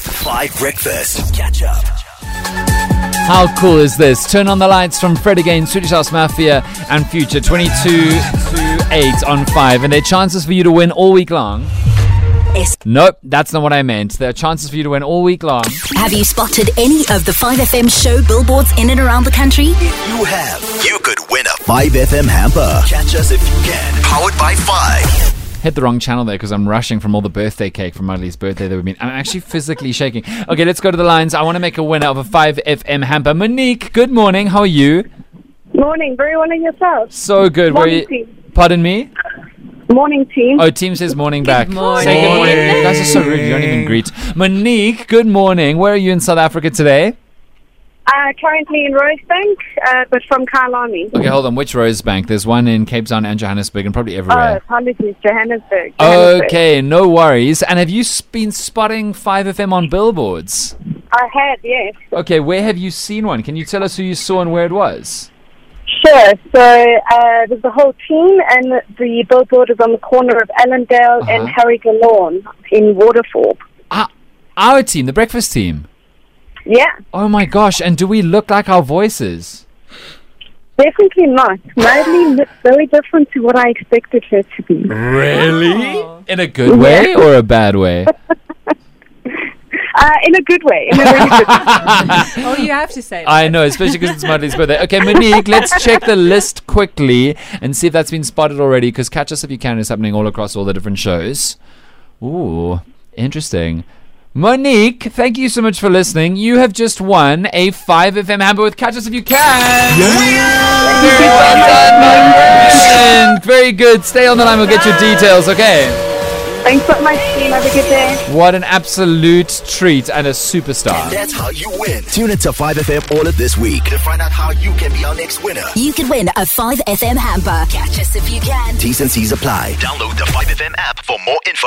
Five Breakfast. Catch up. How cool is this? Turn on the lights from Fred again, Swedish House Mafia, and Future 22 to 8 on 5. And there are chances for you to win all week long. Yes. Nope, that's not what I meant. There are chances for you to win all week long. Have you spotted any of the 5FM show billboards in and around the country? If you have, you could win a 5FM hamper. Catch us if you can. Powered by 5. Hit the wrong channel there because I'm rushing from all the birthday cake from Mudley's birthday that we've been. I'm actually physically shaking. Okay, let's go to the lines. I want to make a winner of a 5FM hamper. Monique, good morning. How are you? Morning, very well in yourself. So good. Were Morning, you- team. Pardon me? Morning, team. Oh, team says morning back. Say good morning. You guys are so rude. You don't even greet. Monique, good morning. Where are you in South Africa today? Uh, currently in Rosebank, uh, but from Kailani. Okay, hold on. Which Rosebank? There's one in Cape Town and Johannesburg and probably Oh, everywhere. apologies, Johannesburg. Oh, Johannesburg. Okay, no worries. And have you s- been spotting 5FM on billboards? I had, yes. Okay, where have you seen one? Can you tell us who you saw and where it was? Sure. So uh, there's a whole team, and the billboard is on the corner of Allendale and Uh-huh. Harry Lawn in Waterfall. Our, our team, the breakfast team. Yeah, Oh my gosh, and do we look like our voices? definitely not. Madly looks very different to what I expected her to be. Mm. Really? In a good way or a bad way? Uh, in a good way. In a really good way. Oh, you have to say that. I know, especially because it's Mudley's birthday. Okay, Monique, let's check the list quickly and see if that's been spotted already. Because Catch Us If You Can is happening all across all the different shows. Ooh, interesting. Monique, thank you so much for listening. You have just won a 5FM hamper with Catch Us If You Can. Very well done, Monique. Very good. Stay on the line. We'll get your details, okay? Thanks so much, team. Have a good day. What an absolute treat and a superstar. That's how you win. Tune into 5FM all of this week to find out how you can be our next winner. You could win a 5FM hamper. Catch us if you can. T's and C's apply. Download the 5FM app for more info.